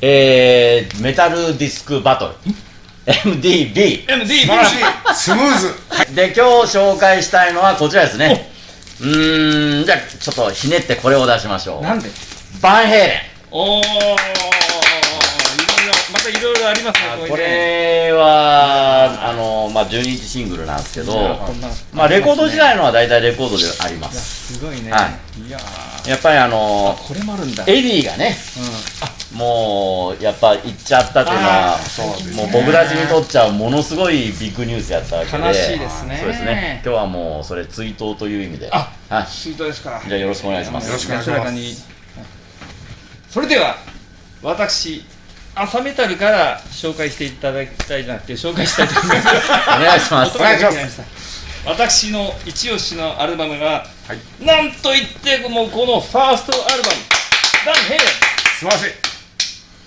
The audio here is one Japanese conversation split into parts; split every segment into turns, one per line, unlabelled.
えー、メタルディスクバトル MDB
MD
素晴らしいスムーズ
で今日紹介したいのはこちらですねうーんじゃあちょっとひねってこれを出しましょう
なんで
バンヘイレン
おおいろいろまたいろいろありますね
これはあの、まあ、12インチシングルなんですけど、
こんな
まあ、レコード時代のは大体レコードであります
すごいね
はい
や
やっぱりあの
ーこれもあるんだ
エディがね、もうやっぱ行っちゃったっていうのは
あー
そうです
もう僕たちにとっちゃものすごいビッグニュースやったわけで
悲しいですね
そうですね今日はもうそれ追悼という意味で
あ
はい
水道ですから
じゃあよろしくお願いします
よろしくお願いしま
安
す
らかにそれでは私朝メタルから紹介していただきたいなって紹介したいと思います
お願いし ます
お願いします私の一押しのアルバムが、なんといってもこのファーストアルバム「ダンヘイレン
素晴らしい」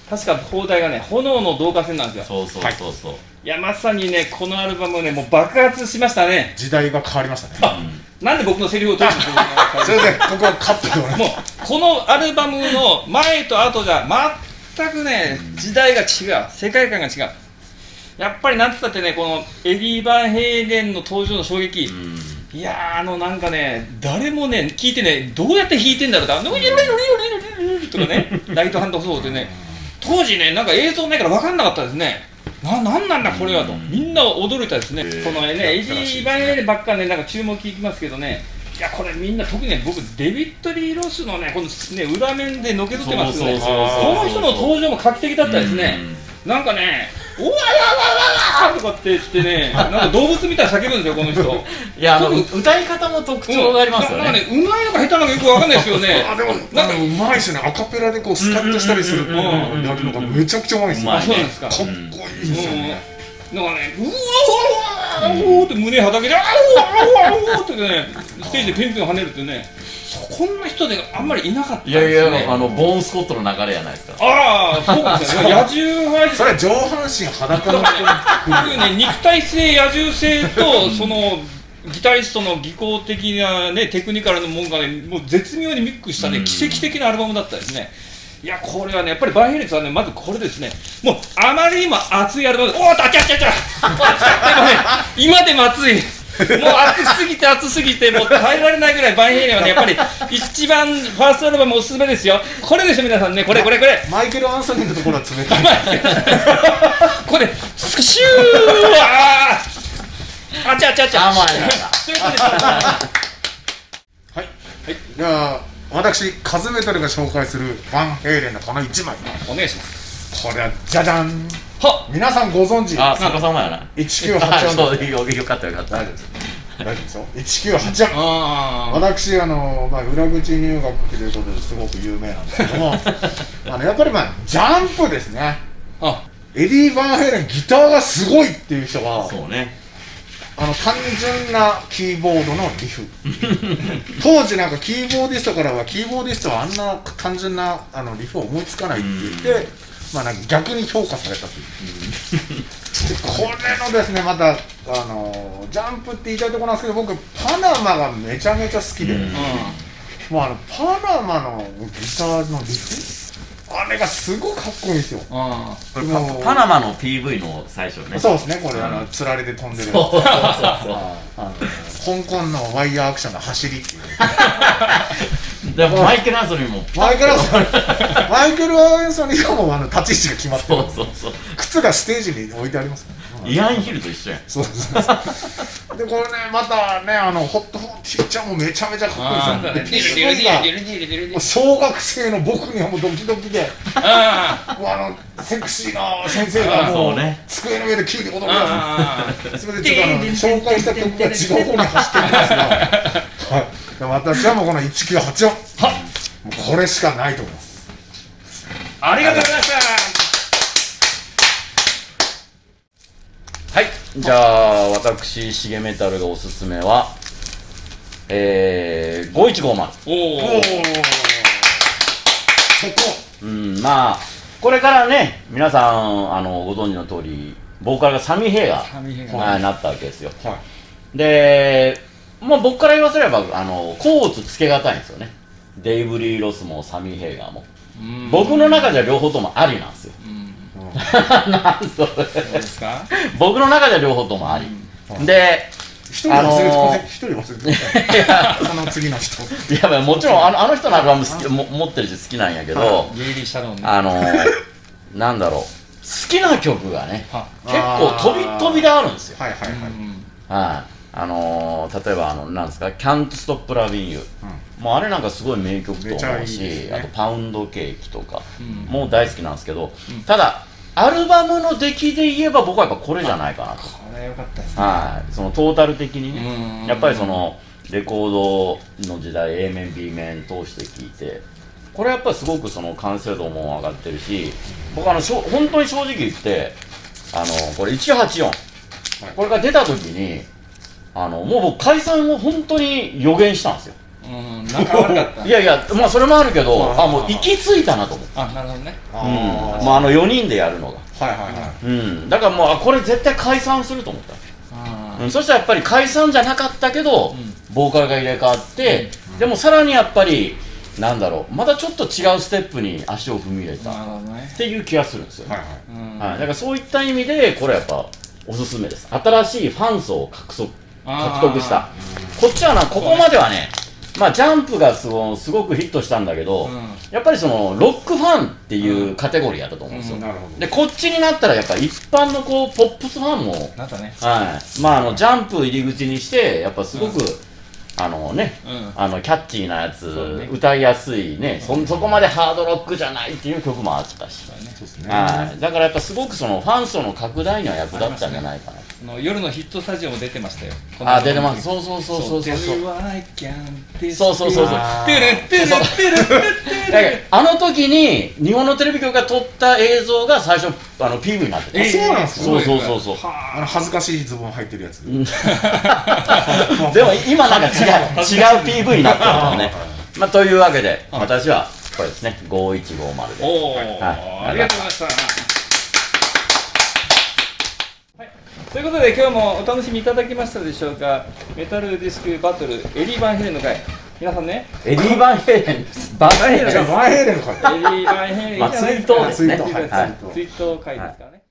確か放題がね炎の導火線なんですよ
そうそうそうそう、
いやまさにねこのアルバムねもう爆発しましたね
時代が変わりましたね
あなんで僕のセリフを取るんですか
それでここはカットでもらい
もうこのアルバムの前と後じゃ全くね時代が違う世界観が違うやっぱりなんつったってねこのエディ・バンヘイレンの登場の衝撃、
うん
いやーあのなんかね誰もね聞いてねどうやって弾いてんだろうとあのリルリルリルリルリルとかねライトハンド奏法でね当時ねなんか映像ないから分かんなかったですねななんなんだこれはとみんな驚いたですね
へー
このねエディ・バンヘイレンばっかねなんか注目聞きますけどねいやこれみんな特にね僕デビッド・リー・ロスのねこのね裏面でのけぞってますよね
そう
こ
そうそうそう
の人の登場も画期的だったですねなんかねうわわわわわーとかって言ってねなんか動物みたいに叫ぶんですよこの人
いやあの
うん
歌い方も特徴がありますよ
うんななん
ね、
かね、うまいのか下手なのかよくわかんないですよね。
あでもなんかうまいですねアカペラでこうスカッとしたりする
うんうんうんうんうん
やるのがめちゃくちゃうまいです
うま
ねか
あ
っ
い
そ
ね
うなんですか。
こいいですよね
うんなんかね、うわうわうわうわうわって胸はだけで、あうわうわうわうわってね、ステージでピンピン跳ねるってね、そこんな人であんまりいなかったん
い
です
や
ね。
いやあのボーン・スコットの流れやないですか
ああ、そうかですね。野獣配
それは上半身裸の
僕ね、肉体性、野獣性と、その、ギタリストの技巧的な、ね、テクニカルのもんがね、もう絶妙にミックスした
うん
ね、奇跡的なアルバムだったですね。いや、これはね、やっぱりバイヘレンツはね、まずこれですね、もうあまりにも熱いアルバムで、おーっと、あちゃあちゃあちゃ、でもね、今でも熱い。もう熱すぎて熱すぎてもう耐えられないぐらいバイヘイレンはねやっぱり一番ファーストアルバムおすすめですよこれですよ皆さんねこれこれこれ
マイケル・アンソニーのところは冷たい
これスクシューあーあちゃあちゃあちゃ
あまあいやいや
そういうことですは
はい、じゃあ私カズメタルが紹介するファンヘイレンのこの1枚
いお願いします
これはじゃじゃん
は
皆さんご存知
あ坂様やなあ
1984
そうよよかったよかった
大丈夫です大丈夫ですよ1984
あ
私あの、まあ、裏口入学ということですごく有名なんですけど もあのやっぱりまあジャンプですね
あ
エディ・バンヘイレンギターがすごいっていう人は
そうね
あの単純なキーボードの リフ当時なんかキーボーディストからはキーボーディストはあんな単純なあのリフは思いつかないって言って、まあ、なんか逆に評価されたというでこれのですねまたあのジャンプって言いたいところなんですけど僕パナマがめちゃめちゃ好きで、
うん
もうあのパナマのギターのリフあれがすごいかっこいいんですよ
あ
これ
もう
パパナマの PV の最初ね
そう
う
ですねこれあのつられて飛んでる
そうそうそう
あの香港のワイヤーアクションの走りってい う
でもマイケル・アンソニーも
マイケル・アンソニー、マイケル・アンソニーがもうあの立ち位置が決まって
そう
る。
そうそう
靴がステージに置いてありますからね。
イアン・ヒルと一緒やん
そうそうそう。で、これね、またね、あの、ホットフォーティーちゃんもめちゃめちゃかっこいいですよ。で、PV が、もう小学生の僕にはもうドキドキで、
あ
もうあの、セクシーな先生がも
あそう
う
ね、
机の上で急に踊りだ
あ
す。すみません、ちょっとあの、紹介した曲が違う方に走ってきますが、はい。で私はもうこの1984、もうこれしかないと思います。
ありがとうございました
はい、じゃあ私シゲメタルがおすすめはえー、5150
お
お
お
ーそこ
うんまあこれからね皆さんあのご存知の通りボーカルがサミー・ヘイが
サミーヘイが
はいなったわけですよ
は
でまあ僕から言わせればあの甲乙つけがたいんですよねデイブ・リー・ロスもサミー・ヘイガーも
い
うん
僕の中じゃ両方ともありなんですよ
うん
なんそれ
どうですか
僕の中じゃ両方ともあり、で
一人忘れて
あの
ませ
ー
ん一人忘れてません
いや
その次の人
いやまあもちろんあのあの人のアルバム好きも持ってるし好きなんやけど
ゲイリー・シャロンね
あの ーなんだろう好きな曲がね
は
結構飛び
あー
飛びであるんですよ
はいはいはい、
はい、あのー例えばあのなんですか「Can't Stop Loving You」もうあれなんかすごい名曲と
めちゃ
思
いうい
し
ですね
あと「パウンドケーキ」とか、
うん
もう大好きなんですけど、ただアルバムの出来で言えば僕はやっぱこれじゃないかなと、
これ良かったですね
はい、そのトータル的に
うん
ねやっぱりそのレコードの時代 A 面 B 面通して聴いてこれやっぱりすごくその完成度も上がってるし僕あのしょ本当に正直言ってあのこれ184これが出た時にあのもう僕解散を本当に予言したんですよ
うん仲悪かっ
いやいやまあそれもあるけど
まあ
あもう行き着いたなと思って、
たあなるほどね
あ
うん
ー
まあ、あの4人でやるのが、
はいはいはい
うん、だからもうあこれ絶対解散すると思った
あ
うん、そしたらやっぱり解散じゃなかったけど、
うん
ボーカルが入れ替わって、でもさらにやっぱりなんだろうまたちょっと違うステップに足を踏み入れ
あ
た
な
っ
るほどね
ていう気がするんですよね、
はい
は
は
うん
い
いだからそういった意味でこれやっぱおすすめです新しいファン層を獲得
あー
獲得したこっちはなここまではねまあジャンプがすごすごくヒットしたんだけど、
うん
やっぱりそのロックファンっていうカテゴリーやったと思うんですよ、
うん
なるほど
でこっちになったらやっぱ一般のこうポップスファンも
なったね
はい、まああのジャンプ入り口にしてやっぱすごく、あのね
うん
あのキャッチーなやつ、
そうね
歌いやすいねそそこまでハードロックじゃないっていう曲もあったし、
そうだね
そうですね
はい、だからやっぱすごくそのファン層の拡大には役立ったんじゃないかな
あの夜のヒットスタジオも出てましたよ
あ出てますそうそうそうそうそうそう
そうそう
そうそうそうそう
トゥルトゥルトゥルトゥル
だからあの時に日本のテレビ局が撮った映像が最初あの PV になって た、
えそうなんすか
そうそうそうそう
あの恥ずかしいズボン履いてるやつ
んでも今なんか違う違う PV になってるからね、まあ、というわけで
うん
私はこれですね5150で
おお、
はい
ありがとうございました。はいということで今日もお楽しみいただきましたでしょうかメタルディスクバトルエリー・バンヘレンの回皆さんね
エディ・バンヘイレンですバンヘイレン
じゃあ前へでのか
エリー・バンヘレンいいじゃないです
まあ
か
ツイートです
ね
ツイート
はい
ツイート回ですからね、